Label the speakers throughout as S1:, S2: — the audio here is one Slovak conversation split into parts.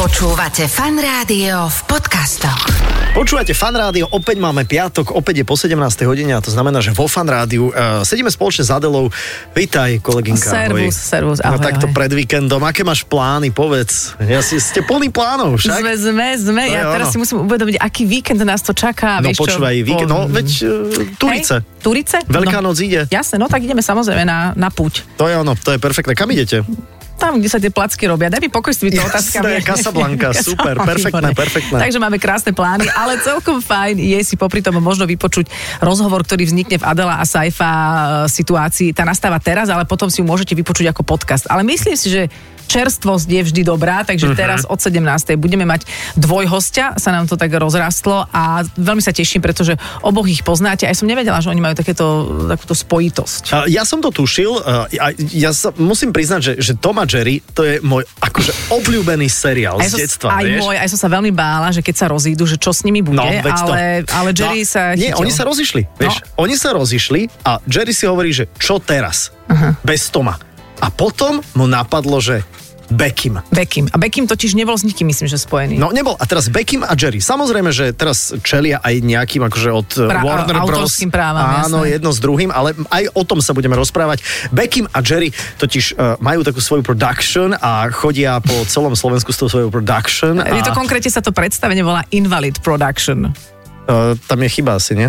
S1: Počúvate fan rádio v podcastoch.
S2: Počúvate fan rádio, opäť máme piatok, opäť je po 17. hodine a to znamená, že vo fan rádiu uh, sedíme spoločne s Adelou. Vítaj, kolegynka. ahoj.
S3: Servus, servus,
S2: no
S3: ahoj,
S2: takto
S3: ahoj.
S2: pred víkendom, aké máš plány, povedz. Ja si, ste plný plánov, však?
S3: Sme, sme, sme.
S2: To je
S3: Ja teraz
S2: ono.
S3: si musím uvedomiť, aký víkend nás to čaká.
S2: no
S3: vieš čo?
S2: počúvaj, víkend, no
S3: Po-
S2: veď uh, Turice.
S3: Hej, Turice?
S2: Veľká noc ide.
S3: Jasne, no tak ideme samozrejme na, na púť.
S2: To je ono, to je perfektné. Kam idete?
S3: Tam, kde sa tie placky robia. Daj mi pokoj s týmito
S2: Jasné,
S3: otázkami.
S2: Casablanca, super,
S3: Casablanca,
S2: perfektné,
S3: výborné.
S2: perfektné.
S3: Takže máme krásne plány, ale celkom fajn je si popri tom možno vypočuť rozhovor, ktorý vznikne v Adela a Saifa e, situácii. Tá nastáva teraz, ale potom si ju môžete vypočuť ako podcast. Ale myslím si, že čerstvosť je vždy dobrá, takže
S2: Mhm.
S3: uh-huh. teraz od 17. budeme mať dvojhostia, sa nám to tak rozrastlo a veľmi sa teším, pretože oboch ich poznáte. Aj som nevedela, že oni majú takéto, takúto spojitosť.
S2: A Ja som to tušil e, a ja, ja sa musím priznať, že, že Tom a Jerry to je môj akože obľúbený seriál
S3: Aj
S2: z
S3: som-
S2: detstva,
S3: aj
S2: vieš?
S3: Môj, aj som sa veľmi bála, že keď sa rozídu, že čo s nimi bude,
S2: No, veď to.
S3: ale, ale
S2: no,
S3: Jerry sa
S2: Nie,
S3: chytil.
S2: oni sa rozišli, vieš.
S3: No.
S2: Oni sa rozišli a Jerry si hovorí, že čo teraz? Uh-huh. Bez Toma. A potom mu napadlo, že Bekim.
S3: Bekim. A Bekim totiž nebol s nikým, myslím, že spojený.
S2: No nebol. A teraz Bekim a Jerry. Samozrejme, že teraz čelia aj nejakým akože od eh,
S3: Pra-
S2: Warner Bros.
S3: autorským právam,
S2: Áno,
S3: jasné.
S2: jedno s druhým, ale aj o tom sa budeme rozprávať. Bekim a Jerry totiž uh, majú takú svoju production a chodia po celom Slovensku s tou svojou production.
S3: Je to
S2: A,
S3: konkrétne sa to predstavenie volá Invalid Production.
S2: uh, tam je chyba asi, nie?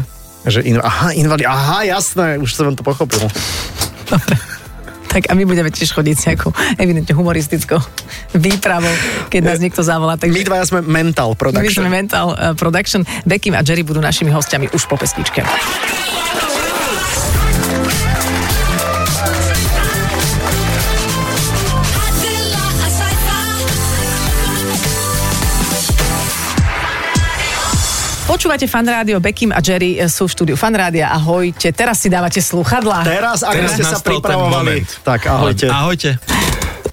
S2: Že in, aha, invalid, aha, jasné, už som to pochopil.
S3: Tak a my budeme tiež chodiť s nejakou evidentne humoristickou výpravou, keď nás niekto zavolá.
S2: My
S3: Takže
S2: dvaja sme mental
S3: my sme
S2: production.
S3: Mental eh, Production. Bekim a Jerry budú našimi hostiami už po pesničke.
S4: Adela, a
S3: Počúvate fan rádio, Bekim a Jerry eh, sú v štúdiu fan rádia. Ahojte, teraz si dávate sluchadlá.
S2: Teraz, ak
S5: Teraz
S2: ste sa
S5: nastal ten
S2: pripravovali.
S5: moment.
S2: Tak, ahojte.
S5: Ahojte.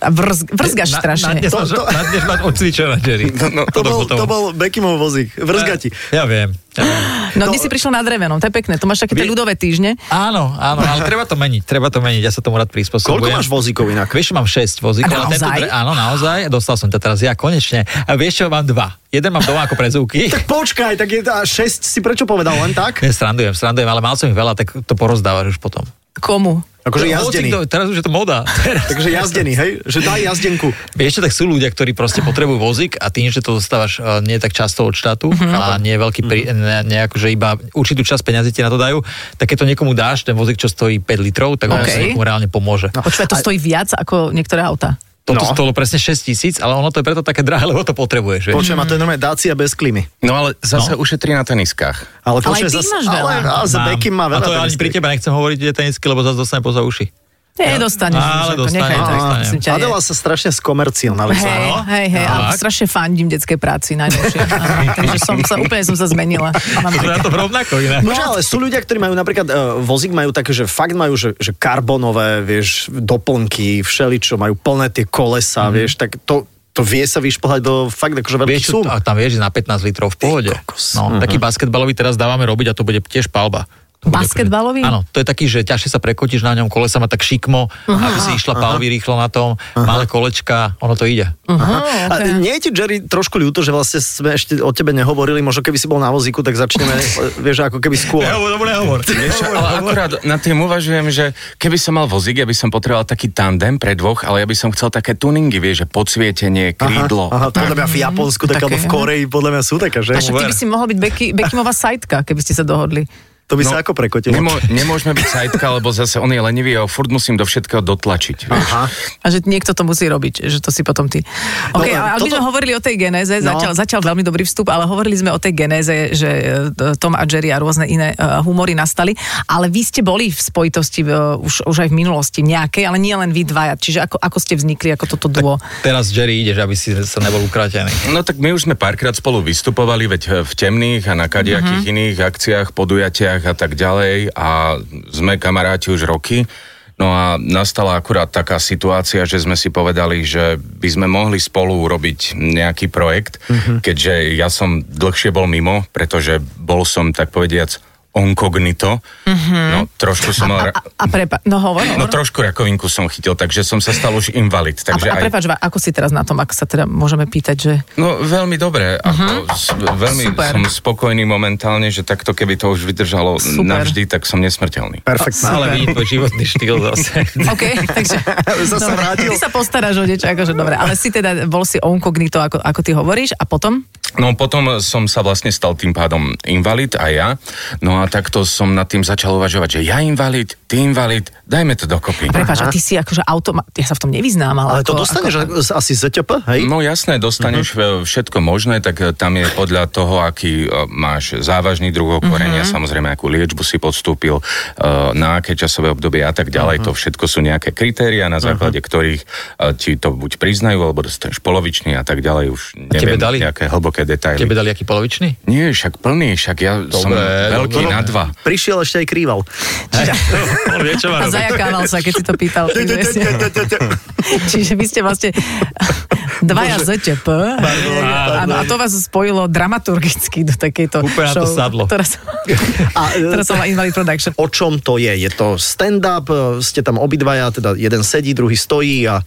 S3: A vrz, vrzgaš strašne.
S5: Na, na,
S2: To-
S5: to,
S2: to-
S5: to... na dnes máš odcvičená, Jerry. No,
S2: To bol, to bol Beckimov vozík. Vrzgati.
S5: Ja viem. Ja viem.
S2: To-
S3: No, dnes si prišiel na drevenom, to je pekné. To máš také tie
S5: Vie-
S3: ľudové týždne.
S5: Áno, áno, ale treba to meniť, treba to meniť, ja sa tomu rád
S2: Koľko
S5: prispôsobujem.
S2: máš vozíkov inak?
S5: Vieš, že mám 6 vozíkov.
S3: A
S5: ale tento
S3: naozaj?
S5: dre- áno, naozaj, dostal som to teraz ja, konečne. A vieš čo, mám dva. Jeden mám doma ako prezúky.
S2: Tak počkaj, tak je to, a 6 si prečo povedal len tak?
S5: Ne, srandujem, srandujem, ale mal som ich veľa, tak to porozdávaš už potom.
S3: Komu?
S2: Akože
S5: No,
S2: jazdený.
S5: hocikto- Teraz už je to moda. Teraz.
S2: Takže jazdený, hej? Že daj jazdenku.
S5: Vieš, čo, tak sú ľudia, ktorí proste
S2: Ah.
S5: potrebujú vozík a tým, že to dostávaš eh, nie tak často od štátu
S2: Mhm.
S5: a nie je veľký pri, ne, nejako, že iba určitú časť peňazí ti na to dajú, tak keď to niekomu dáš, ten vozík, čo stojí 5 litrov, tak on
S3: OK.
S5: sa niekomu reálne pomôže. No.
S3: Počúvaj, to stojí viac ako niektoré auta.
S5: Toto
S2: No.
S5: no. stalo presne 6 tisíc, ale ono to je preto také drahé, lebo to potrebuješ. Vieš?
S2: Počujem, a to je normálne Dacia bez klímy.
S6: No ale zase no. ušetrí na teniskách.
S2: Ale,
S3: Ale
S2: počujem
S3: ty
S2: zas-
S3: máš veľa.
S2: Ale, a za
S5: Mám.
S2: Beckim má
S5: a
S2: veľa.
S5: to ani
S2: tenistry.
S5: pri tebe nechcem hovoriť, kde je tenisky, lebo zase dostanem poza uši.
S3: Nie, dostaneš.
S5: Ale
S3: už ako,
S5: dostanem,
S3: nechaj to,
S5: dostanem.
S3: prosím ťa, je.
S2: Adela no? sa strašne
S3: Hej,
S2: skomercionalizovala.
S3: hej, hej, ale
S5: Tak.
S3: strašne fandím detskej práci najnovšie. Áno, Takže som sa, úplne som sa zmenila. Mám
S5: To na to rovnako inak.
S2: No, ale sú ľudia, ktorí majú napríklad uh, vozík, majú také, že fakt majú, že, že karbonové, vieš, doplnky, všeličo, majú plné tie kolesa, mm. vieš, tak to, to vie sa vyšplhať do fakt akože veľkých
S5: Vieš, čo,
S2: sum.
S5: a tam vieš, že na 15 litrov v pohode.
S2: kokos.
S5: No, Taký basketbalový teraz dávame robiť a to bude tiež palba. To bude
S3: Basketbalový?
S5: akože- Áno, to je taký, že ťažšie sa prekotíš na ňom, kolesa má tak šikmo, aby si išla palby rýchlo na tom, malé kolečka, ono to ide.
S2: A nie je ti, Jerry, trošku ľúto, že vlastne sme ešte o tebe nehovorili, možno keby si bol na vozíku, tak začneme, e, vieš, ako keby skôr.
S5: dobre, hovor.
S6: Vieš, ale akurát nad tým uvažujem, že keby som mal vozík, ja by som potreboval taký tandem pre dvoch, ale ja by som chcel také tuningy, vieš, že podsvietenie, krídlo.
S2: Aha,
S6: tak.
S2: podľa mňa v Japonsku, tak
S3: Mhm. Také,
S2: alebo v
S3: áno.
S2: Koreji, podľa mňa sú také, že?
S3: A však ty by si mohol byť Becky, Beckimová sajtka, keby ste sa dohodli.
S2: To by sa ako prekotilo.
S6: Nemô- nemôžeme byť sajtka, lebo zase on je lenivý a ho furt musím do všetkého dotlačiť. Vieš.
S2: Aha.
S3: A že niekto to musí robiť, že to si potom ty. OK,
S2: Dobre,
S3: ale my
S2: toto-
S3: sme hovorili o tej genéze,
S2: No.
S3: zatiaľ, zatiaľ veľmi dobrý vstup, ale hovorili sme o tej genéze, že e, Tom a Jerry a rôzne iné e, humory nastali, ale vy ste boli v spojitosti e, už, už aj v minulosti nejakej, ale nie len vy dvaja, čiže ako, ako ste vznikli, ako toto duo.
S5: Teraz Jerry ideš, aby si sa nebol ukratený.
S6: No tak my už sme párkrát spolu vystupovali, veď e, v temných a na kadejakých
S3: Mhm.
S6: iných akciách, podujatiach a tak ďalej a sme kamaráti už roky. No a nastala akurát taká situácia, že sme si povedali, že by sme mohli spolu urobiť nejaký
S3: Mhm.
S6: projekt, keďže ja som dlhšie bol mimo, pretože bol som, tak povediac, onkognito. Mm-hmm. No trošku som mal... ra-
S3: Mhm. A prepa- no hovor,
S6: No
S3: hovor.
S6: trošku rakovinku som chytil, takže som sa stal už invalid.
S3: a,
S6: Takže
S3: a
S6: aj...
S3: prepáč, va- ako si teraz na tom, ak sa teda môžeme pýtať, že...
S6: No veľmi dobre, ako, s, veľmi
S3: Mhm. Super.
S6: som spokojný momentálne, že takto keby to už vydržalo
S3: Super.
S6: navždy, tak som nesmrteľný.
S2: Perfektná.
S5: Ale vidí tvoj životný štýl zase.
S3: OK, takže...
S2: Zase
S3: dobre,
S2: vrátil.
S3: Ty sa postaráš o niečo, akože dobre. Ale si teda, bol si onkognito, ako, ako ty hovoríš, a potom?
S6: No potom som sa vlastne stal tým pádom invalid a ja. No a takto som nad tým začal uvažovať, že ja invalid, ty invalid, dajme to dokopy.
S3: Prepáč, a ty si akože automa... Ja sa v tom nevyznám, ale...
S2: Ale
S3: ako,
S2: to dostaneš
S3: Ako...
S2: ako... asi ZTP, hej?
S6: No jasné,
S5: Mhm.
S6: dostaneš mm-hmm. všetko možné, tak e, tam je podľa toho, aký e, máš závažný druh
S5: Mhm.
S6: okorenia, mm-hmm. samozrejme, akú liečbu si podstúpil, e, na aké časové obdobie a tak ďalej.
S5: Mhm.
S6: Mm-hmm. To všetko sú nejaké kritéria, na základe mm-hmm. ktorých e, ti to buď priznajú, alebo dostaneš polovičný a tak ďalej. Už neviem,
S5: dali?
S6: nejaké hlboké detaily.
S5: Tebe dali aký polovičný?
S6: Nie, však plný, však ja dobre, som
S5: Dobre,
S6: veľký
S5: dobre.
S6: na dva.
S2: Prišiel ešte aj kríval.
S5: On vie, čo
S3: A zajakával sa, keď si to pýtal. Čiže- Čiže vy ste vlastne dvaja ZTP. Áno, A to vás spojilo dramaturgicky do takejto
S5: Úplne na
S3: show.
S5: to sadlo.
S3: Teraz,
S2: A, e,
S3: teraz som Invalid Production.
S2: O čom to je? Je to stand-up, e, ste tam obidvaja, teda jeden sedí, druhý stojí a,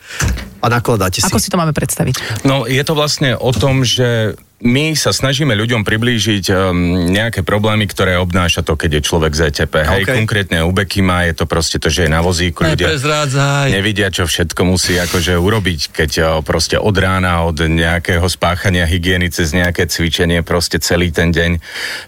S2: a nakladáte si.
S3: Ako si to máme predstaviť?
S6: No, je to vlastne o tom, že my sa snažíme ľuďom priblížiť um, nejaké problémy, ktoré obnáša to, keď je človek z ETP. Hej,
S2: OK.
S6: konkrétne u Bekima je to proste to, že je na vozíku ľudia.
S5: Prezrádzaj.
S6: Nevidia, čo všetko musí akože urobiť, keď o, proste od rána, od nejakého spáchania hygieny cez nejaké cvičenie, proste celý ten deň.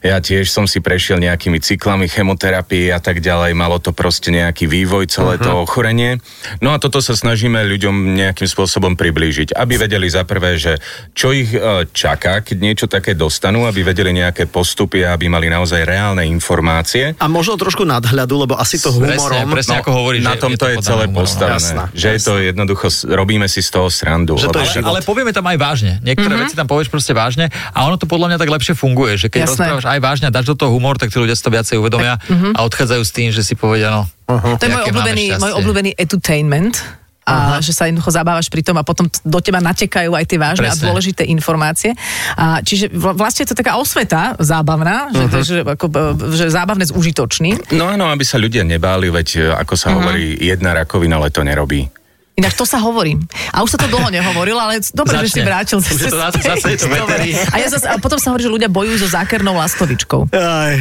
S6: Ja tiež som si prešiel nejakými cyklami chemoterapii a tak ďalej, malo to proste nejaký vývoj, celé uh-huh. to ochorenie. No a toto sa snažíme ľuďom nejakým spôsobom priblížiť, aby vedeli za prvé, že čo ich e, čaká, keď niečo také dostanú, aby vedeli nejaké postupy a aby mali naozaj reálne informácie.
S2: A možno trošku nadhľadu, lebo asi to
S5: Presne,
S2: humorom...
S5: presne ako hovoríš,
S6: No, na
S5: že
S6: tom
S5: je
S6: to
S5: to
S6: je
S5: podané
S6: celé
S5: humorom.
S6: postavené.
S2: Jasná,
S6: že je to jednoducho, s- robíme si z toho srandu.
S2: Že to
S6: lebo
S2: je-
S6: však-
S5: Ale povieme tam aj vážne. Niektoré
S3: Mhm.
S5: mm-hmm. veci tam povieš proste vážne a ono to podľa mňa tak lepšie funguje, že keď
S3: Jasné. Eh, mhm.
S5: rozprávaš aj vážne a dáš do toho humor, tak tí ľudia si to viacej uvedomia a odchádzajú s tým, že si povedia, no. Uh-huh.
S3: To je môj obľúbený, môj obľúbený edutainment. A že sa jednoducho zabávaš pri tom a potom t- do teba natekajú aj tie vážne a
S5: Presne.
S3: dôležité informácie. A čiže vl- vlastne je to taká osveta zábavná,
S5: Mhm.
S3: že, uh-huh. že, ako, e, že zábavné s užitočným.
S6: No áno, aby sa ľudia nebáli, veď e, ako sa hovorí, jedna rakovina leto nerobí.
S3: Ináč to sa hovorím. A už sa to dlho nehovorilo, ale c- dobre, že si
S5: Začne.
S3: vrátil.
S5: Už je to na-
S3: späť.
S5: zase je to
S3: Dobre.
S5: veterý.
S3: a, ja zase, a potom sa hovorí, že ľudia bojujú so zákernou lastovičkou.
S2: Aj.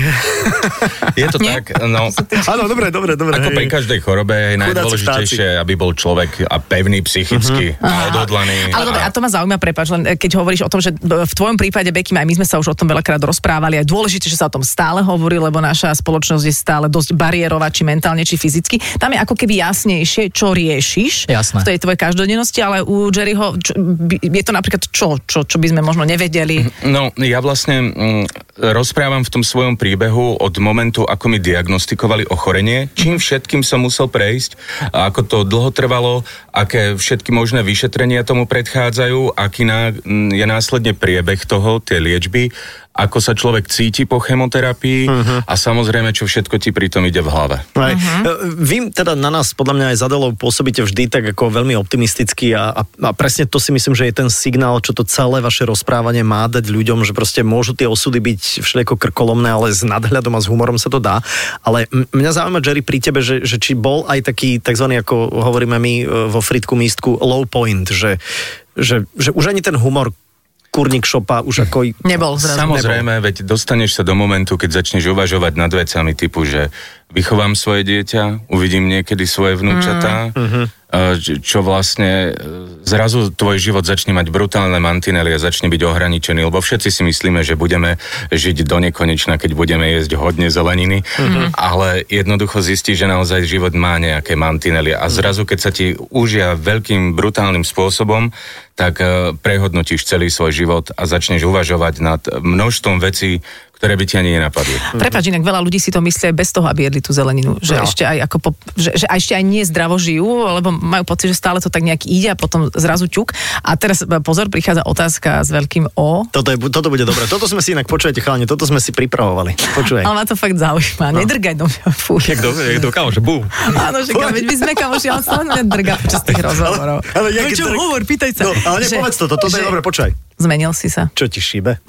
S6: Je to tak, no...
S2: Áno, dobre, dobre, dobre.
S6: Ako
S2: hej.
S6: pri každej chorobe je
S2: Chudáci
S6: najdôležitejšie, aby bol človek a pevný psychicky a odhodlaný.
S3: Ale dobre, a to ma zaujíma, prepáč, len e, keď hovoríš o tom, že b- v tvojom prípade, Beky, aj my sme sa už o tom veľakrát rozprávali, a je dôležité, že sa o tom stále hovorí, lebo naša spoločnosť je stále dosť bariérová, či mentálne, či fyzicky. Tam je ako keby jasnejšie, čo riešiš v
S5: Jasné.
S3: tej tvojej každodennosti, ale u Jerryho čo, by- je to napríklad čo, čo, čo by sme možno nevedeli.
S6: No, ja vlastne mm, rozprávam v tom svojom príbehu od momentu, ako mi diagnostikovali ochorenie, čím všetkým som musel prejsť, a ako to dlho trvalo, aké všetky možné vyšetrenia tomu predchádzajú, aký ná, mm, je následne priebeh toho, tej liečby, ako sa človek cíti po chemoterapii uh-huh. a samozrejme, čo všetko ti pritom ide v hlave.
S2: Aj. Uh-huh. Vy teda na nás, podľa mňa aj zadelov, pôsobíte vždy tak ako veľmi optimisticky a, a, a presne to si myslím, že je ten signál, čo to celé vaše rozprávanie má dať ľuďom, že proste môžu tie osudy byť všelijako krkolomné, ale s nadhľadom a s humorom sa to dá. Ale m- mňa zaujíma, Jerry, pri tebe, že, že či bol aj taký tzv. ako hovoríme my e, vo fritku místku low point, že, že, že už ani ten humor kurník šopa už ako...
S3: Nebol zrazu.
S6: Samozrejme, veď dostaneš sa do momentu, keď začneš uvažovať nad vecami typu, že vychovám svoje dieťa, uvidím niekedy svoje vnúčatá, mm. čo vlastne e, zrazu tvoj život začne mať brutálne mantinely a začne byť ohraničený, lebo všetci si myslíme, že budeme žiť do nekonečna, keď budeme jesť hodne zeleniny, mm. ale jednoducho zistíš, že naozaj život má nejaké mantinely a zrazu, keď sa ti užia veľkým brutálnym spôsobom, tak e, prehodnotíš celý svoj život a začneš uvažovať nad množstvom vecí, ktoré by ti ani nenapadli.
S3: Prepač, inak veľa ľudí si to myslí aj bez toho, aby jedli tú zeleninu. Že,
S2: No.
S3: no. ešte, aj ako po, že, že aj ešte aj nie zdravo žijú, lebo majú pocit, že stále to tak nejak ide a potom zrazu ťuk. A teraz e, pozor, prichádza otázka s veľkým O.
S2: Toto, je, toto bude dobré. Toto sme si inak, počujete chalani, toto sme si pripravovali. Počuj.
S3: Ale ma to fakt zaujíma. No. Nedrgaj do mňa, fú.
S5: Jak do, jak do kamoša, bum.
S3: Áno, že kam, veď my sme kamoši, ale stále mňa drga počas tých rozhovorov.
S2: ale jaký
S3: no, čo,
S2: drg-
S3: hovor, pýtaj sa.
S2: No, ale nepovedz to, toto je dobre, počkaj.
S3: Zmenil si sa.
S2: Čo ti šíbe?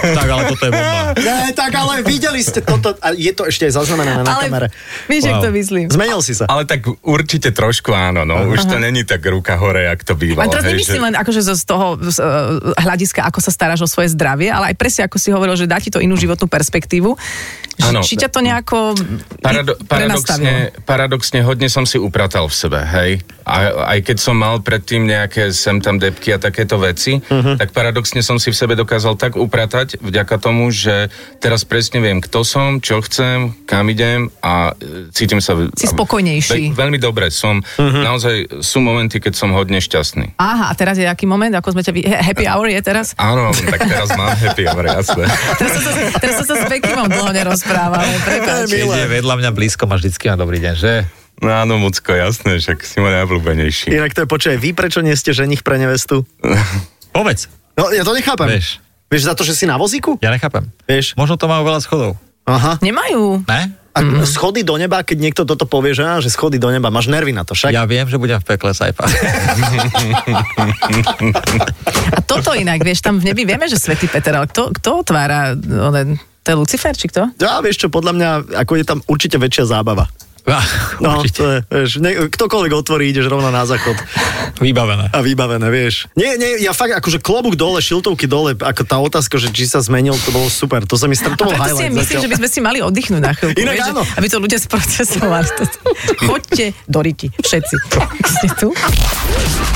S5: tak, ale toto je bomba.
S2: Ne, tak ale videli ste toto. A je to ešte aj zaznamenané na kamere.
S3: Ale vieš, wow.
S5: Wow.
S3: to myslím.
S2: Zmenil si sa.
S6: Ale tak určite trošku áno, no. Už to není tak ruka hore, jak
S3: A
S6: to bývalo.
S3: teraz
S6: hej,
S3: nemyslím len akože zo- z toho z, eh, hľadiska, ako sa staráš o svoje zdravie, ale aj presne ako si hovoril, že dá ti to inú životnú perspektívu. Že,
S6: Áno.
S3: či ťa to nejako
S6: Parado-
S3: i- prenastavilo?
S6: paradoxne, paradoxne hodne som si upratal v sebe, hej. A, aj keď som mal predtým nejaké sem tam depky a takéto veci, uh-huh. tak paradoxne som si v sebe dokázal tak upratať vďaka tomu, že teraz presne viem, kto som, čo chcem, kam idem a e, cítim sa... v-
S3: Si spokojnejší.
S6: Ve- veľmi dobre som. Uh-huh. Naozaj sú momenty, keď som hodne šťastný.
S3: Aha, a teraz je aký moment, ako sme ťa... Vy... he- Happy hour je teraz?
S6: Áno, tak teraz mám happy hour, jasné.
S3: Teraz som sa, teraz som sa s Bekimom dlho nerozprávali. Prepáč.
S5: Keď je vedľa mňa blízko, máš vždycky na dobrý deň, že?
S6: No áno, Mucko, jasné, však si môj najobľúbenejší.
S2: Inak to je, počkaj, vy prečo nie ste ženich pre nevestu?
S5: Povedz,
S2: No, ja to nechápem.
S5: Vieš.
S2: Vieš, za to, že si na vozíku?
S5: ja nechápem.
S2: Vieš.
S5: Možno to má veľa schodov.
S2: Aha.
S3: Nemajú.
S5: Ne?
S2: A
S3: Mhm.
S2: schody do neba, keď niekto toto povie, že, á, že schody do neba, máš nervy na to však.
S5: Ja viem, že budem v pekle sajpa.
S3: A toto inak, vieš, tam v nebi vieme, že Svetý Peter, ale kto, kto otvára... One, to je Lucifer, či kto?
S2: Ja, vieš čo, podľa mňa, ako je tam určite väčšia zábava. No, to je, vieš, ne, ktokoľvek otvorí, ideš rovno na záchod
S5: Vybavené.
S2: a vybavené, vieš. Nie, nie, ja fakt, akože klobúk dole, šiltovky dole, ako tá otázka, že či sa zmenil, to bolo super, to sa mi str- to bol
S3: A preto si aj
S2: highlight
S3: myslím, že
S2: zatiaľ.
S3: by sme si mali oddychnúť na chvíľku.
S2: Inak
S3: vieš, že-
S2: áno.
S3: Aby to ľudia sprocesovali. toto. Choďte do Riti, všetci. Ste tu?
S4: Adela,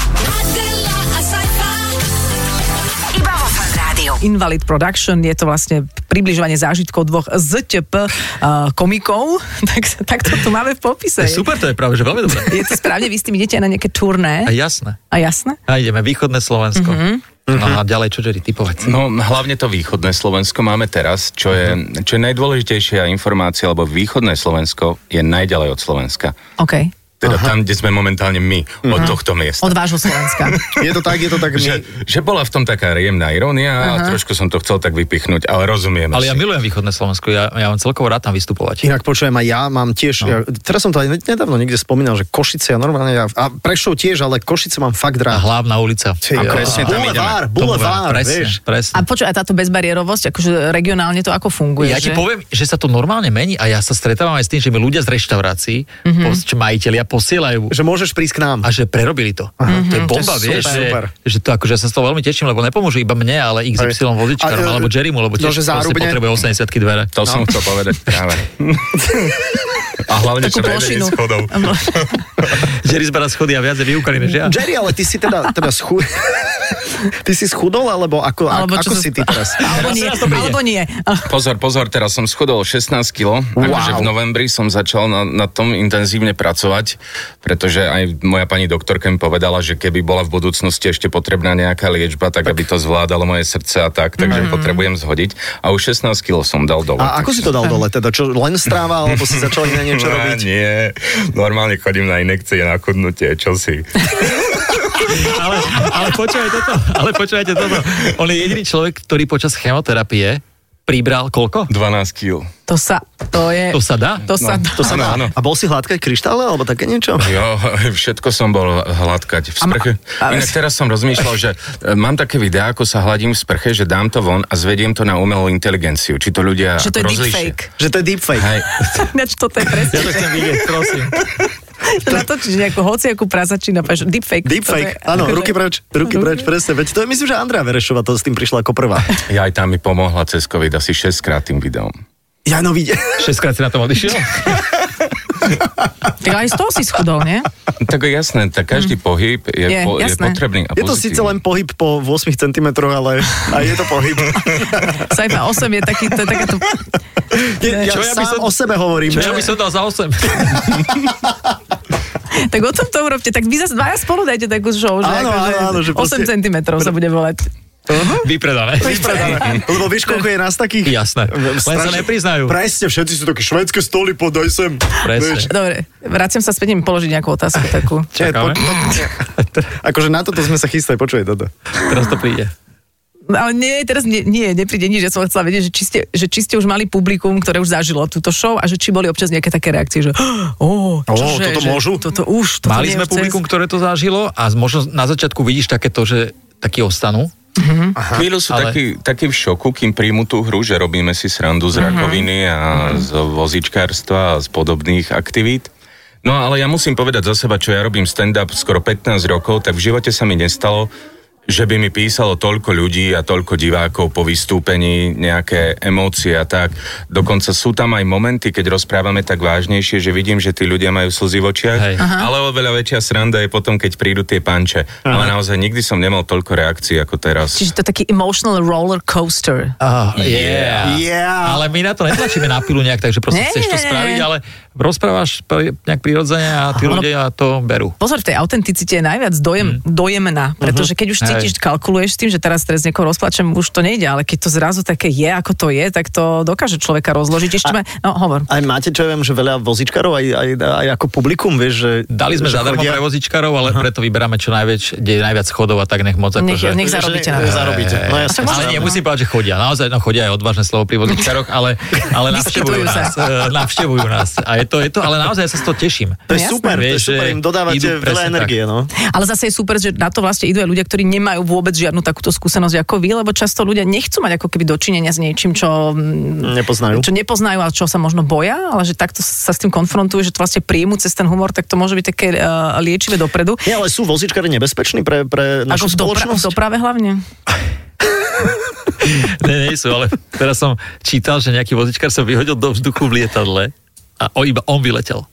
S4: a
S1: Iba vo Fan Rádiu.
S3: Invalid Production, je to vlastne približovanie zážitkov dvoch ZTP uh, komikov, tak, sa- tak to tu máme v popise.
S5: Super, to je práve, že veľmi dobré.
S3: Je to správne, vy s tým idete aj na nejaké turné.
S5: A jasné.
S3: A jasné?
S5: A ideme, východné Slovensko.
S2: Mhm.
S5: No a ďalej, čo Jerry, ty povedz.
S6: No hlavne to východné Slovensko máme teraz, čo je, čo je najdôležitejšia informácia, lebo východné Slovensko je najďalej od Slovenska.
S3: OK.
S6: Teda Aha. tam, kde sme momentálne my, Aha. od tohto miesta.
S3: Od vášho Slovenska.
S2: Je to tak, je to tak.
S6: Že,
S2: My...
S6: že bola v tom taká jemná irónia Aha. a trošku som to chcel tak vypichnúť, ale rozumieme
S5: Ale ja
S6: si.
S5: milujem východné Slovensko, ja, ja mám celkovo rád tam vystupovať.
S2: Inak počujem, aj ja mám tiež, no. ja, teraz som to aj nedávno niekde spomínal, že Košice, ja normálne, ja, a Prešov tiež, ale Košice mám fakt
S5: A
S2: rád.
S5: hlavná ulica.
S2: Ty,
S6: A
S2: ja.
S6: presne tam
S2: Bulevár,
S5: Tomu
S2: bulevár,
S5: veru, presne,
S2: vieš.
S5: presne.
S3: A počuj, a táto bezbariérovosť, akože regionálne to ako funguje?
S5: Ja
S3: že?
S5: ti poviem, že sa to normálne mení a ja sa stretávam aj s tým, že mi ľudia z reštaurácií,
S3: Mhm.
S5: mm-hmm. pos, čo majiteľia posielajú
S2: Že môžeš prísť k nám.
S5: a že prerobili to. Mm-hmm. To
S3: Mhm.
S5: je bomba,
S2: To je
S5: vieš, že,
S2: super.
S5: že to akože ja sa z toho veľmi teším, lebo nepomôžu iba mne, ale XY vozičkárom,
S2: A, e,
S5: alebo Jerrymu, lebo
S2: no,
S5: tiež
S2: že
S5: proste
S2: zárubne-
S5: potrebuje 80 dvere.
S6: To som chcel povedať práve. a hlavne
S3: Takú
S6: čo najmenej
S3: plošinu.
S6: schodov.
S5: Jerry zbera schody a viac je vyúkaný než ja.
S2: Jerry, ale ty si teda, teda schu... ty si schudol, alebo ako, alebo
S3: Alebo čo
S2: ako
S3: sa-
S2: si ty teraz?
S3: Alebo
S5: Teraz
S3: nie,
S5: teraz to príde.
S3: alebo nie.
S6: Pozor, pozor, teraz som schodol 16 kg, wow. akože v novembri som začal na, na tom intenzívne pracovať, pretože aj moja pani doktorka mi povedala, že keby bola v budúcnosti ešte potrebná nejaká liečba, tak, tak. aby to zvládalo moje srdce a tak, takže mm. potrebujem zhodiť. A už 16 kg som dal dole.
S2: Mhm. A ako si to dal dole? Teda čo, len stráva, alebo si začal iné niečo
S6: Á,
S2: robiť?
S6: Nie, normálne chodím na inekcie, na chudnutie, čo si.
S5: ale, ale počúvaj toto, ale počúvajte toto. On je jediný človek, ktorý počas chemoterapie pribral koľko?
S6: 12 kg.
S3: To sa, to je...
S5: To sa dá?
S3: To sa,
S2: To sa
S6: Áno,
S2: dá.
S6: áno.
S2: A bol si hladkať kryštále, alebo také niečo?
S6: Jo, všetko som bol hladkať v sprche.
S3: ale-
S6: Inak teraz som rozmýšľal, že e, mám také videá, ako sa hladím v sprche, že dám to von a zvediem to na umelú inteligenciu. Či to ľudia
S3: že to je
S6: rozlíšia.
S3: deepfake.
S2: Že to je deepfake.
S6: Hej,
S3: Ináč toto je presne.
S5: Ja to chcem vidieť, prosím.
S3: Natočíš nejakú hociakú prasačinu, napáš deepfake.
S2: Deepfake,
S3: Toto je-
S2: áno, ruky preč, ruky preč, presne. Veď to je, myslím, že Andrea Verešova to s tým prišla ako prvá.
S6: ja aj tam mi pomohla cez COVID asi 6 krát tým videom.
S2: Ja no vidie.
S5: Šestkrát si na tom odišiel?
S3: Tak aj z toho si schudol, nie?
S6: Tak je jasné, tak každý pohyb je,
S3: Mm. Je,
S6: po, je
S3: jasné.
S6: potrebný a
S2: Je to
S6: pozitívny.
S2: síce len pohyb po 8 cm, ale aj je to pohyb.
S3: Sajfa 8 je taký, to je takáto...
S2: Ja, ja
S5: Čo ja by
S2: sám
S5: som-
S2: o sebe hovorím.
S5: Čo ja by som dal za 8?
S3: Tak o tom to urobte. Tak vy zase dvaja spolu dajte takú show, že,
S2: Áno,
S3: ako, že,
S2: áno, áno, že
S3: 8
S2: proste-
S3: cm sa bude volať. Mhm.
S5: Vypredané.
S2: Vypredané. Lebo vieš, koľko je nás takých?
S5: Jasné. Len sa
S2: Strašne-
S5: nepriznajú.
S2: Presne, všetci sú také švédske stoly, podaj sem. Vieš,
S5: Presne.
S3: Dobre, vraciam sa späť, idem položiť nejakú otázku takú.
S5: Čakáme.
S2: Akože na toto sme sa chystali, počuj toto.
S5: Teraz to príde.
S3: No, Ale nie, teraz nie, nie, nepríde nič, ja som chcela vedieť, že či, ste, že či ste už mali publikum, ktoré už zažilo túto show a že či boli občas nejaké také reakcie, že oh, čože,
S2: toto
S3: že,
S2: môžu?
S3: Toto už, toto
S5: Mali
S3: nie,
S5: sme
S3: už cez-
S5: publikum, ktoré to zažilo a možno na začiatku vidíš takéto, že takí ostanú.
S6: Chvíľu sú
S5: ale-
S6: ale... takí, takí v šoku, kým príjmu tú hru, že robíme si srandu z rakoviny a
S5: Mhm.
S6: z vozičkárstva a z podobných aktivít. No ale ja musím povedať za seba, čo ja robím stand-up skoro 15 rokov, tak v živote sa mi nestalo, že by mi písalo toľko ľudí a toľko divákov po vystúpení, nejaké emócie a tak. Dokonca sú tam aj momenty, keď rozprávame tak vážnejšie, že vidím, že tí ľudia majú slzy v očiach,
S5: Hej.
S6: ale oveľa väčšia sranda je potom, keď prídu tie panče. Ale naozaj nikdy som nemal toľko reakcií ako teraz.
S3: Čiže to je taký emotional roller coaster.
S5: Oh, yeah.
S6: Yeah.
S2: Yeah.
S5: Ale my na to netlačíme na pilu nejak, takže proste
S3: Nie,
S5: chceš to
S3: nie, nie,
S5: spraviť,
S3: nie.
S5: ale rozprávaš pri- nejak prirodzene a tí ľudia to berú.
S3: Pozor, v tej autenticite je najviac dojem, dojemná, pretože keď už
S5: Hej.
S3: cítiš, kalkuluješ s tým, že teraz teraz niekoho rozplačem, už to nejde, ale keď to zrazu také je, ako to je, tak to dokáže človeka rozložiť. Ešte ma... No, hovor.
S2: Aj máte, čo ja viem, že veľa vozičkarov, aj, aj, aj ako publikum, vieš, že...
S5: Dali sme
S2: že
S5: zadarmo
S2: chodia-
S5: pre vozičkarov, ale preto vyberáme čo najväč, kde je najviac schodov a tak nech moc
S3: Nech-
S5: akože...
S3: nech
S2: že- že
S3: zarobíte
S2: ne-
S3: na to.
S2: Zarobíte. No
S5: Eh,
S2: jasne.
S5: ale nie, musím povedať, že chodia. Naozaj, no chodia aj odvážne slovo pri vozičkároch, ale, ale
S3: Vyskytujú
S5: navštevujú
S3: sa. No
S5: nás. eh, Navštevujú nás. A je to, je to, ale naozaj ja sa z toho teším.
S2: To je
S3: Jasné.
S2: super, to je
S5: Vieš,
S2: super,
S5: že
S2: im dodávate
S5: idú
S2: veľa
S5: presne tak.
S2: energie, no.
S3: Ale zase je super, že na to vlastne idú aj ľudia, ktorí nemajú vôbec žiadnu takúto skúsenosť ako vy, lebo často ľudia nechcú mať ako keby dočinenia s niečím, čo, mm,
S2: Nepoznajú.
S3: čo nepoznajú a čo sa možno boja, ale že takto sa s tým konfrontujú, že to vlastne príjmu cez ten humor, tak to môže byť také uh, liečivé dopredu.
S2: Nie, ale sú vozíčkari nebezpeční pre, pre
S3: Ako
S2: našu
S3: v, dopra- v
S2: spoločnosť?
S3: doprave hlavne.
S5: Ne, nie sú, ale teraz som čítal, že nejaký vozičkár sa vyhodil do vzduchu v lietadle a o, iba on vyletel.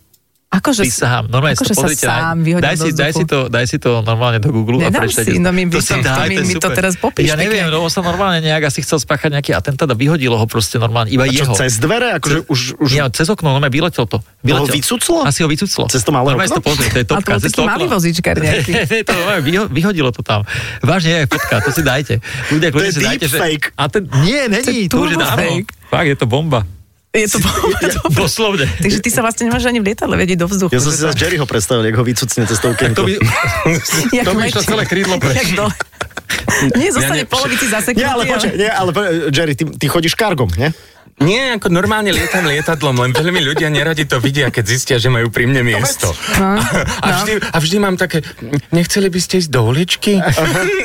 S3: Akože,
S5: Prísahám, normálne
S3: akože
S5: si to
S3: sa
S5: pozrite. daj-
S3: sám vyhodil
S5: daj,
S3: do
S5: si, daj, si
S3: vzduchu.
S5: to, daj si to normálne do Google a
S3: Nedám
S5: prečítaj.
S3: si, no mi- mi
S5: to, si
S3: to- to
S5: daj,
S3: mi-
S5: je
S3: mi to
S5: super.
S3: teraz popíš
S5: Ja neviem,
S3: pekne.
S5: no on sa normálne nejak asi chcel spáchať nejaký atentát a vyhodilo ho proste normálne, iba
S2: A čo,
S5: jeho.
S2: cez dvere? Akože už, už...
S5: Nie, cez okno, normálne vyletel to.
S2: ho vycuclo?
S5: Asi ho vycuclo.
S2: Cez to malé
S5: Normálne
S2: okno?
S5: si to pozri, to
S3: Ale
S5: je
S3: to
S5: topka.
S3: bol
S5: cez
S3: taký malý
S5: okno.
S3: vozíčkar nejaký.
S5: Nie, nie, to normálne vyho- vyhodilo to tam. Vážne, je fotka, to si dajte.
S2: To
S5: Ľudia,
S2: je
S5: kľudne si dajte, že...
S2: deepfake.
S5: A ten, nie, není,
S3: To
S5: to,
S3: je
S5: už je
S3: turbo
S5: dávno.
S3: fake.
S5: Fakt, je to bomba.
S3: Je to povedal.
S5: Doslovne.
S3: Takže ty sa vlastne nemáš ani v lietadle vedieť do vzduchu.
S2: Ja som
S3: že
S2: si
S3: to-
S2: zase Jerryho predstavil, ako ho vycucne cez to
S5: To
S2: okienko.
S5: by,
S3: jak
S5: to by
S3: letí.
S5: išlo celé krídlo preč.
S3: Jak dole. Nie, zostane
S6: ne-
S3: polovici zaseknutý.
S2: Nie, ale počkaj, nie, ale po- Jerry, ty, ty chodíš kargom, nie?
S6: Nie, ako normálne lietam lietadlom, len veľmi ľudia neradi to vidia, keď zistia, že majú pri mne miesto.
S3: No,
S6: A vždy, a vždy mám také, nechceli by ste ísť do uličky?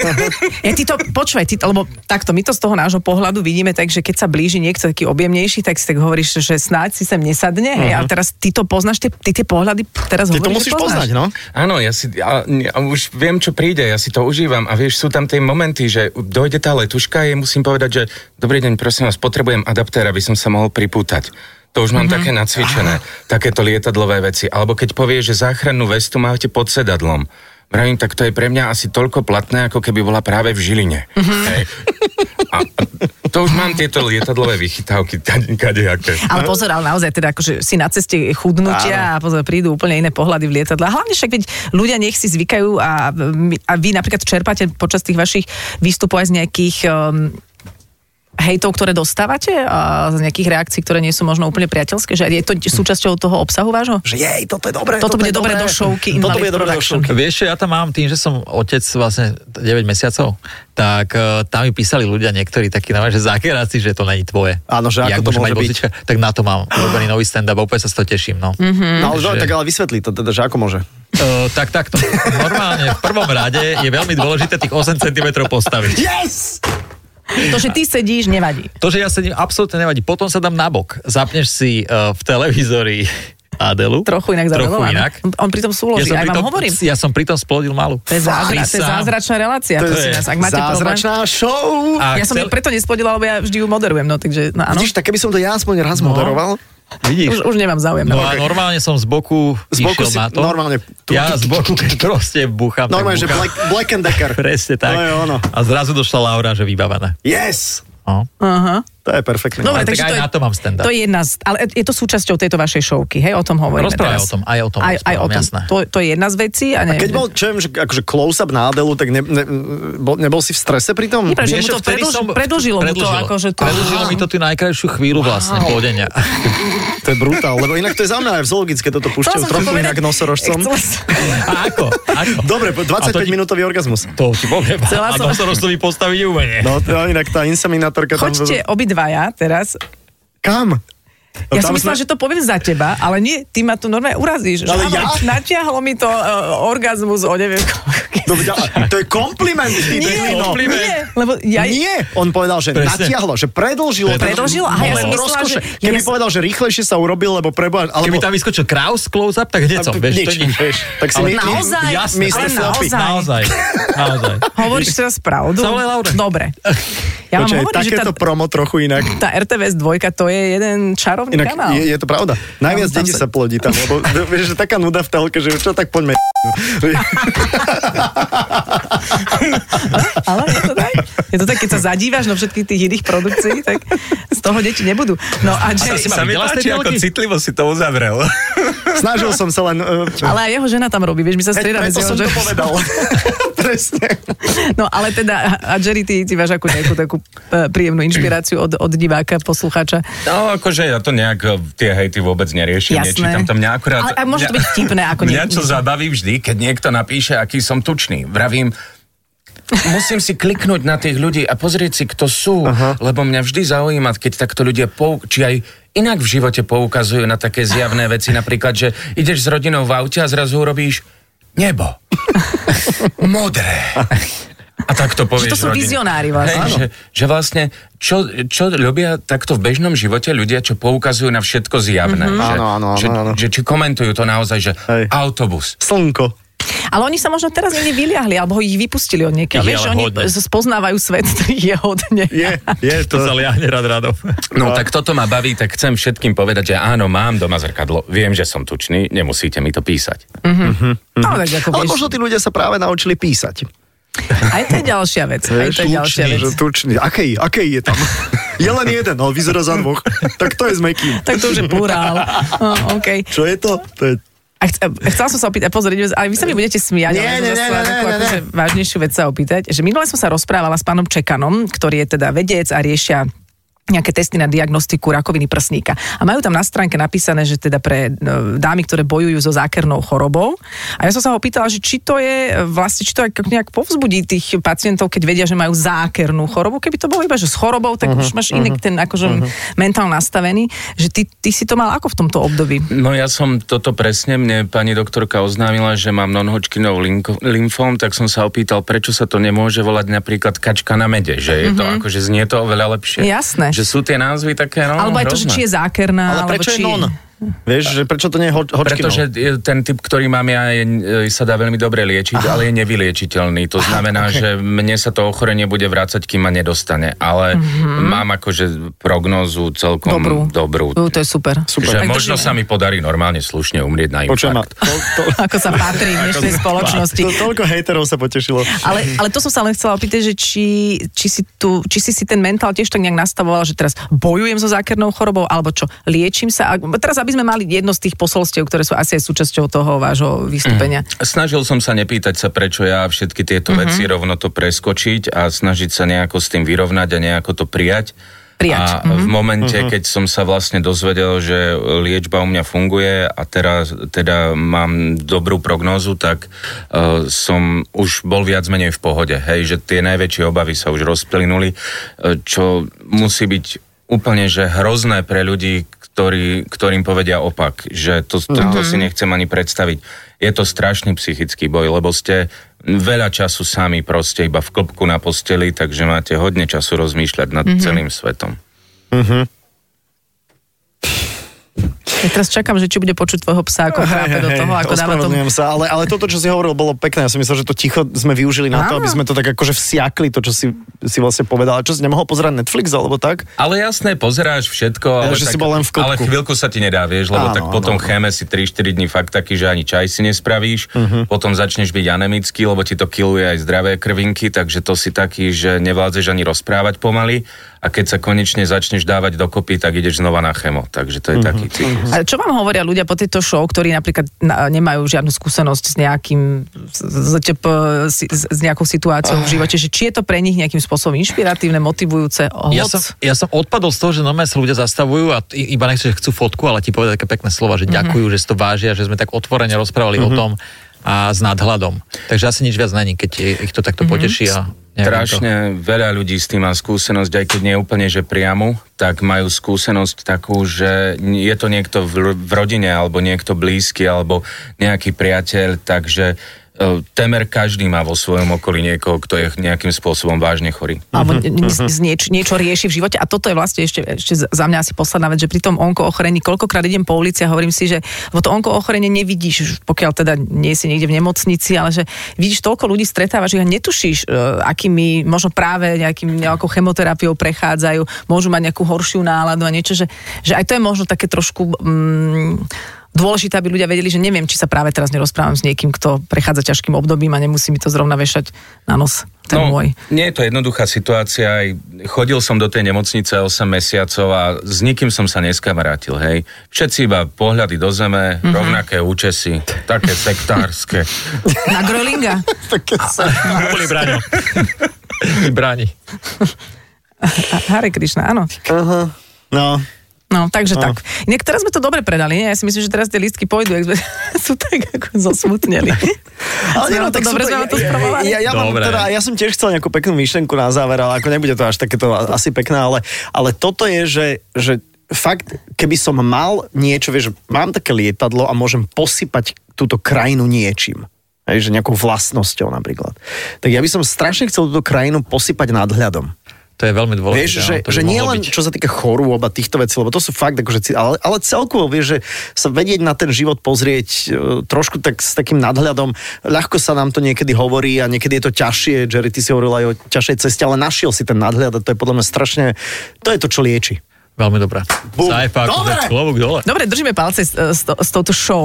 S3: Ja ty to, počúvaj, ty, to- lebo takto, my to z toho nášho pohľadu vidíme tak, že keď sa blíži niekto taký objemnejší, tak si tak hovoríš, že snáď si sem nesadne,
S5: Mhm.
S3: hej, ale teraz ty to poznáš, ty, ty tie pohľady teraz
S2: Ty to
S3: hovoríš, že
S2: musíš poznať,
S3: poznáš.
S2: no.
S6: Áno, ja si, a, a už viem, čo príde, ja si to užívam a vieš, sú tam tie momenty, že dojde tá letuška a jej musím povedať, že dobrý deň, prosím vás, potrebujem adaptér, aby som sa mohol pripútať. To už mám mm-hmm. také nacvičené, takéto lietadlové veci. Alebo keď povie, že záchrannú vestu máte pod sedadlom. Vravím, tak to je pre mňa asi toľko platné, ako keby bola práve v Žiline. Mm-hmm. Hej. A, a to už mám tieto lietadlové vychytávky, tade- kadejaké.
S3: Ale pozor, ale naozaj teda akože si na ceste chudnutia a pozor, prídu úplne iné pohľady v lietadle. A Hlavne však veď ľudia nech si zvykajú a, my- a vy napríklad čerpáte počas tých vašich výstupov aj z nejakých um, hejtov, ktoré dostávate a z nejakých reakcií, ktoré nie sú možno úplne priateľské, že je to súčasťou toho obsahu vášho?
S2: Že jej, toto je dobré.
S3: Toto
S2: je
S3: bude dobré do šovky
S2: Toto
S3: Invalid
S2: bude dobré do
S3: Production.
S2: šovky.
S5: Vieš, čo ja tam mám tým, že som otec vlastne 9 mesiacov, tak uh, tam mi písali ľudia niektorí takí, no, že zakeráci, že to není tvoje.
S2: Áno, že ako to
S5: môže
S2: môže
S5: mať
S2: byť?
S5: vozička? Tak na to mám robený nový stand-up, opäť sa z toho teším. No. Mm-hmm.
S2: No ale,
S5: Že-
S2: tak ale vysvetli to teda, že ako môže.
S5: Uh, tak takto. Normálne v prvom rade je veľmi dôležité tých 8 cm postaviť.
S2: Yes!
S3: To, že ty sedíš, nevadí.
S5: To, že ja sedím, absolútne nevadí. Potom sa dám nabok. Zapneš si uh, v televízori Adelu.
S3: Trochu inak
S5: Trochu
S3: zadovolená.
S5: inak.
S3: On pritom súloží, ja aj vám
S5: pritom,
S3: hovorím.
S5: ja som pritom splodil malú.
S3: To je, zázra, to je
S5: Prisahám.
S3: zázračná relácia.
S2: To
S3: prosím
S5: je
S3: vás, ak máte problém.
S2: Zázračná show!
S5: A
S3: Ja som ju
S5: chcel-
S3: preto nespodila, lebo ja vždy ju moderujem, no takže, no áno.
S2: Vidíš, tak keby som to ja aspoň raz moderoval.
S3: No.
S5: Vidíš?
S3: Už, už nemám záujem.
S5: No
S3: No,
S5: a normálne som z boku
S2: Z boku
S5: išiel
S2: si
S5: na to.
S2: normálne-
S5: Ja z boku proste buchám. tak
S2: Normálne, že
S5: buchám.
S2: Black, Black and Decker.
S5: Presne tak.
S2: To je ono.
S5: A zrazu došla Laura, že vybavená.
S2: Yes!
S5: No.
S3: Aha.
S2: To je perfektné.
S3: Dobre,
S5: Ale No, tak
S3: takže
S5: aj
S3: to je,
S5: na to mám stand-up.
S3: To je jedna z, ale je to súčasťou tejto vašej šovky, hej, o tom hovoríme
S5: Rozprávaj
S3: teraz.
S5: o tom, aj o tom
S3: Aj, aj o
S5: rozprávam,
S3: tom.
S5: jasné.
S3: To, to je jedna z vecí. A, neviem,
S2: Keď bol, čo viem, že akože close-up na Adelu, tak ne, ne, bol, nebol si v strese pri tom?
S3: Nie, prečo,
S5: Vieš,
S3: mu to
S5: vtedy
S3: predlž,
S5: som-
S3: predlžilo, mu to, akože to...
S5: Predlžilo mi to tú najkrajšiu chvíľu vlastne plodenia.
S2: To je brutál, lebo inak to je zaujímavé, v zoologické toto
S3: Chcela
S2: púšťajú
S3: som to
S2: trochu
S3: povedať.
S2: inak nosorožcom.
S3: Chcela som-
S5: A ako? ako?
S2: Dobre, po-
S5: A to ti-
S2: 25-minútový orgazmus.
S5: To ti poviem.
S3: Chcela
S5: A
S3: som-
S5: nosorožcovi postaviť umenie.
S2: No, to, inak tá inseminátorka tam...
S3: Choďte obidvaja teraz
S2: Kam? No
S3: Ja
S2: tam
S3: som myslela,
S2: sme-
S3: že to poviem za teba, ale nie, ty ma tu normálne urazíš.
S2: Ale
S3: že, áno,
S2: ja?
S3: Natiahlo mi to uh, orgazmus o neviem koľko.
S2: To, No, to je kompliment. Ty, to je vino.
S3: nie, lebo ja...
S2: no. Nie, on povedal, že
S5: Presne.
S2: natiahlo, že predlžilo.
S3: Predlžil? Aha, ja som
S2: Moment
S3: myslela, že-
S2: rozkoše. Keby
S3: ja som-
S2: povedal, že rýchlejšie sa urobil, lebo preboha...
S5: Keby
S2: Alebo...
S5: tam vyskočil Kraus close up, tak hneď som,
S2: Tam-
S5: vieš,
S2: nič,
S5: to nič.
S2: vieš. Tak si my-
S3: Naozaj?
S5: jasné,
S2: Ale
S5: chlapi,
S3: naozaj?
S5: naozaj, naozaj.
S3: Hovoríš teraz pravdu?
S5: Zavolaj Laure.
S3: Dobre. Ja vám
S2: Počkaj,
S3: hovorím, že tá,
S2: takéto promo trochu inak.
S3: tá RTVS 2 to je jeden čarovný
S2: Inak
S3: kanál.
S2: je, je to pravda. Najviac
S3: Tam- tam
S2: detí
S3: sa-
S2: sa plodí tam, lebo vieš, že taká nuda v telke, že čo tak poďme.
S3: Ale je to tak? Je to tak, keď sa zadívaš na všetkých tých iných produkcií, tak z toho deti nebudú. No a
S5: Ty
S3: Jerry,
S5: si ma videla z
S2: Vlastne
S5: tej telky?
S6: citlivo si to uzavrel.
S2: Snažil som sa len... Uh,
S3: ale aj jeho žena tam robí, vieš, my sa striedame s
S2: preto
S3: jeho
S2: som to
S3: ženou.
S2: povedal. Presne.
S3: No ale teda, a Jerry, ty, ty máš akú nejakú takú e, príjemnú inšpiráciu od, od diváka, poslucháča.
S6: No akože ja to nejak eh, tie hejty vôbec neriešim,
S3: Jasné.
S6: nečítam tam mňa akurát...
S3: Ale- ale môže to byť vtipné, ako nie-
S6: Mňa čo zabaví vždy, keď niekto napíše, aký som tučný. Vravím, musím si kliknúť na tých ľudí a pozrieť si, kto sú, Aha. lebo mňa vždy zaujíma, keď takto ľudia pou, či aj inak v živote poukazujú na také zjavné veci, napríklad, že ideš s rodinou v aute a zrazu urobíš nebo. Modré. A tak to
S3: Že
S6: povieš
S3: to sú
S6: rodine.
S3: vizionári vlastne.
S6: Hej,
S3: Áno.
S6: že, že vlastne, čo, čo robia takto v bežnom živote ľudia, čo poukazujú na všetko zjavné.
S3: Mhm.
S6: Mm-hmm. Že,
S2: Áno, áno, áno,
S6: že,
S2: áno.
S6: že či komentujú to naozaj, že
S2: Hej.
S6: Hej. autobus.
S2: Slnko.
S3: Ale oni sa možno teraz niekde vyliahli, alebo ho ich vypustili od niekiaľ.
S5: Ich je
S3: Vieš, že
S5: ale
S3: oni
S5: hodne.
S3: spoznávajú svet, ktorý je hodne.
S2: Je, je
S5: To
S2: to.
S5: sa liahne rad radov.
S6: No tak toto ma baví, tak chcem všetkým povedať, že áno, mám doma zrkadlo, viem, že som tučný, nemusíte mi to písať.
S3: No, tak ako,
S2: Ale
S3: vieš,
S2: možno tí ľudia sa práve naučili písať.
S3: Aj to je ďalšia vec. Aj to je ďalšia
S2: tučný,
S3: vec.
S2: že tučný. Akej, akej je tam? Je len jeden, ale vyzerá za dvoch. Tak to je s Mekým.
S3: Tak to už je plurál. Oh, OK.
S2: Čo je to? to je...
S3: A chc- a chcela som sa opýtať, pozor, ideme- ale vy sa mi budete
S2: Nie,
S3: smiať, ale
S2: nie,
S3: som
S2: nie,
S3: zase
S2: nie,
S3: takú
S2: nie,
S3: akože vážnejšiu vec sa opýtať, že minule som sa rozprávala s pánom Čekanom, ktorý je teda vedec a riešia nejaké testy na diagnostiku rakoviny prsníka. A majú tam na stránke napísané, že teda pre no, dámy, ktoré bojujú so zákernou chorobou. A ja som sa ho pýtala, že či to je e, vlastne, či to ako nejak povzbudí tých pacientov, keď vedia, že majú zákernú chorobu. Keby to bolo iba, že s chorobou,
S2: Mhm,
S3: tak uh-huh, už máš iný ten akože uh-huh. mentál nastavený. Že ty, ty si to mal ako v tomto období?
S6: No ja som toto presne, mne pani doktorka oznámila, že mám non-Hodgkinov linko- lymfóm, tak som sa opýtal, prečo sa to nemôže volať napríklad kačka na mede, že je to akože znie to oveľa
S3: Mhm.
S6: lepšie.
S3: Jasné.
S6: Že sú tie názvy také, no,
S3: Alebo aj to, že
S6: hrozné.
S3: či je zákerná.
S2: Ale
S3: alebo
S2: prečo je
S3: či...
S2: non? Vieš, že prečo to nie je ho- Hodgkinov?
S6: Pretože je- ten typ, ktorý mám ja, je, e, sa dá veľmi dobre liečiť, Aha. ale je nevyliečiteľný. To znamená, okay. že mne sa to ochorenie bude vrácať, kým ma nedostane. Ale mm-hmm. mám akože prognózu celkom
S3: Mhm. Dobrú.
S6: dobrú.
S3: Uh, to je super. Tak
S6: Že možno
S3: držíme.
S6: sa mi podarí normálne slušne umrieť na infarkt.
S2: Počujem ma. To, to,
S3: Ako sa patrí v dnešnej spoločnosti.
S2: to, toľko hejterov sa potešilo.
S3: Ale, ale to som sa len chcela opýtať, že či, či, si tu, či si si ten mentál tiež tak nejak nastavoval, že teraz bojujem so zákernou chorobou, alebo čo, liečím sa. A teraz, aby sme mali jedno z tých posolstiev, ktoré sú asi aj súčasťou toho vášho vystúpenia.
S6: Snažil som sa nepýtať sa, prečo ja a všetky
S3: Mhm.
S6: tieto mm-hmm. veci rovno to preskočiť a snažiť sa nejako s tým vyrovnať a nejako to prijať.
S3: Prijať,
S6: A v momente, mm-hmm. keď som sa vlastne dozvedel, že liečba u mňa funguje a teraz teda mám dobrú prognózu, tak uh, som už bol viac menej v pohode. Hej, že tie najväčšie obavy sa už rozplynuli, eh, čo musí byť úplne že hrozné pre ľudí, ktorý, ktorým povedia opak, že to, to, to si nechcem ani predstaviť. Je to strašný psychický boj, lebo ste veľa času sami proste iba v klopku na posteli, takže máte hodne času rozmýšľať nad mm-hmm. celým svetom.
S3: Ja teraz čakám, že či bude počuť tvojho psa, ako chrápe do toho, ako dáva tomu
S2: ospravedlňujem sa, ale, ale toto, čo si hovoril, bolo pekné. Ja som myslel, že to ticho sme využili na to,
S3: Áno.
S2: aby sme to tak akože vsiakli, to, čo si, si vlastne povedal. A čo si nemohol pozerať Netflix alebo tak?
S6: Ale jasné, pozeráš všetko, ale,
S2: že
S6: tak,
S2: si bol len v klopku.
S6: ale chvíľku sa ti nedá, vieš, lebo
S2: Áno,
S6: áno, tak
S2: áno.
S6: potom áno. chéme si 3-4 dní fakt taký, že ani čaj si nespravíš,
S2: Mhm.
S6: uh-huh. potom začneš byť anemický, lebo ti to kiluje aj zdravé krvinky, takže to si taký, že nevládzeš ani rozprávať pomaly a keď sa konečne začneš dávať dokopy, tak ideš znova na chemo, takže
S2: Mhm.
S6: to je uh-huh. taký cyklus.
S3: A čo vám hovoria ľudia po tejto show, ktorí napríklad na, nemajú žiadnu skúsenosť s nejakým s- s- ZČP, si- s, s nejakou situáciou v živote, že či je to pre nich nejakým spôsobom inšpiratívne, motivujúce, hoc?
S5: Ja som, ja som odpadol z toho, že normálne sa ľudia zastavujú a t- iba nechcú, že chcú fotku, ale ti povedia také pekné
S2: Mhm.
S5: slova, že ďakujú, že si to vážia, že sme tak otvorene
S2: Mhm.
S5: rozprávali o tom a s nadhľadom. Takže asi nič viac není, keď je- ich to takto poteší. A... Neviem
S6: Strašne veľa ľudí s tým má skúsenosť, aj keď nie úplne, že priamo, tak majú skúsenosť takú, že je to niekto v, v rodine, alebo niekto blízky, alebo nejaký priateľ, takže e, temer každý má vo svojom okolí niekoho, kto je nejakým spôsobom vážne chorý.
S3: alebo ne- ne- z- z nieč, niečo rieši v živote. A toto je vlastne ešte, ešte z- za mňa asi posledná vec, že pri tom onko ochorení, koľkokrát idem po ulici a hovorím si, že lebo to onko ochorenie nevidíš, pokiaľ teda nie si niekde v nemocnici, ale že vidíš toľko ľudí stretávaš, že ich a netušíš, e, akými možno práve nejakým, nejakou chemoterapiou prechádzajú, môžu mať nejakú horšiu náladu a niečo, že, že aj to je možno také trošku... Mm, dôležité, aby ľudia vedeli, že neviem, či sa práve teraz nerozprávam s niekým, kto prechádza ťažkým obdobím a nemusí mi to zrovna vešať na nos. Ten
S6: No,
S3: môj.
S6: Nie je to jednoduchá situácia. Aj chodil som do tej nemocnice 8 mesiacov a s nikým som sa neskamarátil, hej. Všetci iba pohľady do
S3: Mhm.
S6: zeme, mm-hmm. rovnaké účesy, také sektárske.
S3: Na Grölinga?
S5: Boli bráňo. Bráni.
S3: Hare Krishna, áno.
S2: Aha. No,
S3: No, takže no. tak. Inak teraz sme to dobre predali, nie? Ja si myslím, že teraz tie lístky pôjdu, ak sme sú tak ako zosmutneli.
S2: Ale
S3: sme
S2: nie, no,
S3: vám to
S2: tak
S3: dobre,
S2: super.
S3: sme vám to
S2: Ja-
S3: spravovali.
S2: Ja, ja, mám
S5: Dobre.
S2: teda, ja som tiež chcel nejakú peknú myšlenku na záver, ale ako nebude to až takéto a- asi pekné, ale, ale toto je, že, že fakt, keby som mal niečo, vieš, že mám také lietadlo a môžem posypať túto krajinu niečím. Hej, že nejakou vlastnosťou napríklad. Tak ja by som strašne chcel túto krajinu posypať nadhľadom.
S5: To je veľmi dôležité.
S2: Vieš, že,
S5: áno, to by
S2: že nie
S5: mohlo
S2: len
S5: byť.
S2: čo sa týka chorôb a týchto vecí, lebo to sú fakt akože, ci- ale, ale celkovo vieš, že sa vedieť na ten život pozrieť e, trošku tak s takým nadhľadom, ľahko sa nám to niekedy hovorí a niekedy je to ťažšie, Jerry, ty si hovoril aj o ťažšej ceste, ale našiel si ten nadhľad a to je podľa mňa strašne, to je to, čo lieči.
S5: Veľmi dobrá.
S2: Bum.
S5: Sajfa,
S2: Dobre.
S5: akože klobúk dole.
S3: Dobre, držíme palce s, s, to, s touto show.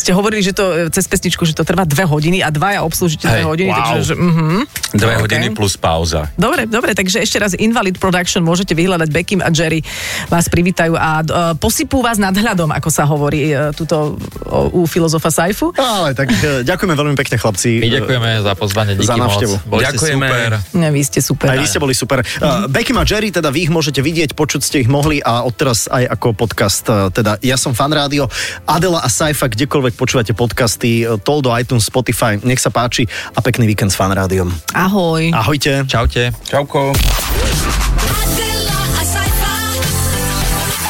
S3: Ste hovorili, že to e, cez pesničku, že to trvá dve hodiny a dvaja obslúžite dve
S5: Hej,
S3: hodiny.
S5: wow.
S3: Takže, že, mm-hmm.
S6: Dve hodiny plus pauza.
S3: Dobre, dobre, takže ešte raz Invalid Production môžete vyhľadať. Bekim a Jerry vás privítajú a uh, posypú vás nadhľadom, ako sa hovorí uh, tuto uh, u filozofa Saifu.
S2: Ale tak e, ďakujeme veľmi pekne chlapci. E,
S5: My ďakujeme za pozvanie, díky
S2: Za
S5: moc.
S2: návštevu.
S5: Boli
S6: Ďakujeme.
S5: ste super.
S3: Ne, vy ste super.
S2: Aj vy ste boli super. Uh, Beckham a Jerry, teda vy ich môžete vidieť, počuť ste ich mohli a odteraz aj ako podcast. Uh, teda ja som fan rádio, Adela a Saifa, kdekoľvek počúvate podcasty, uh, Toldo, iTunes, Spotify, nech sa páči a pekný víkend s fan rádiom.
S3: Ahoj.
S2: Ahojte.
S5: Čaute.
S6: Čauko.
S4: Adela Asaifa.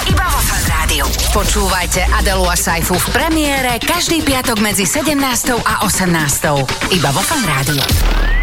S1: Iba vo Fan Rádiu. Počúvajte Adelu a Saifu v premiére každý piatok medzi 17. a 18. Iba vo Fan Rádiu.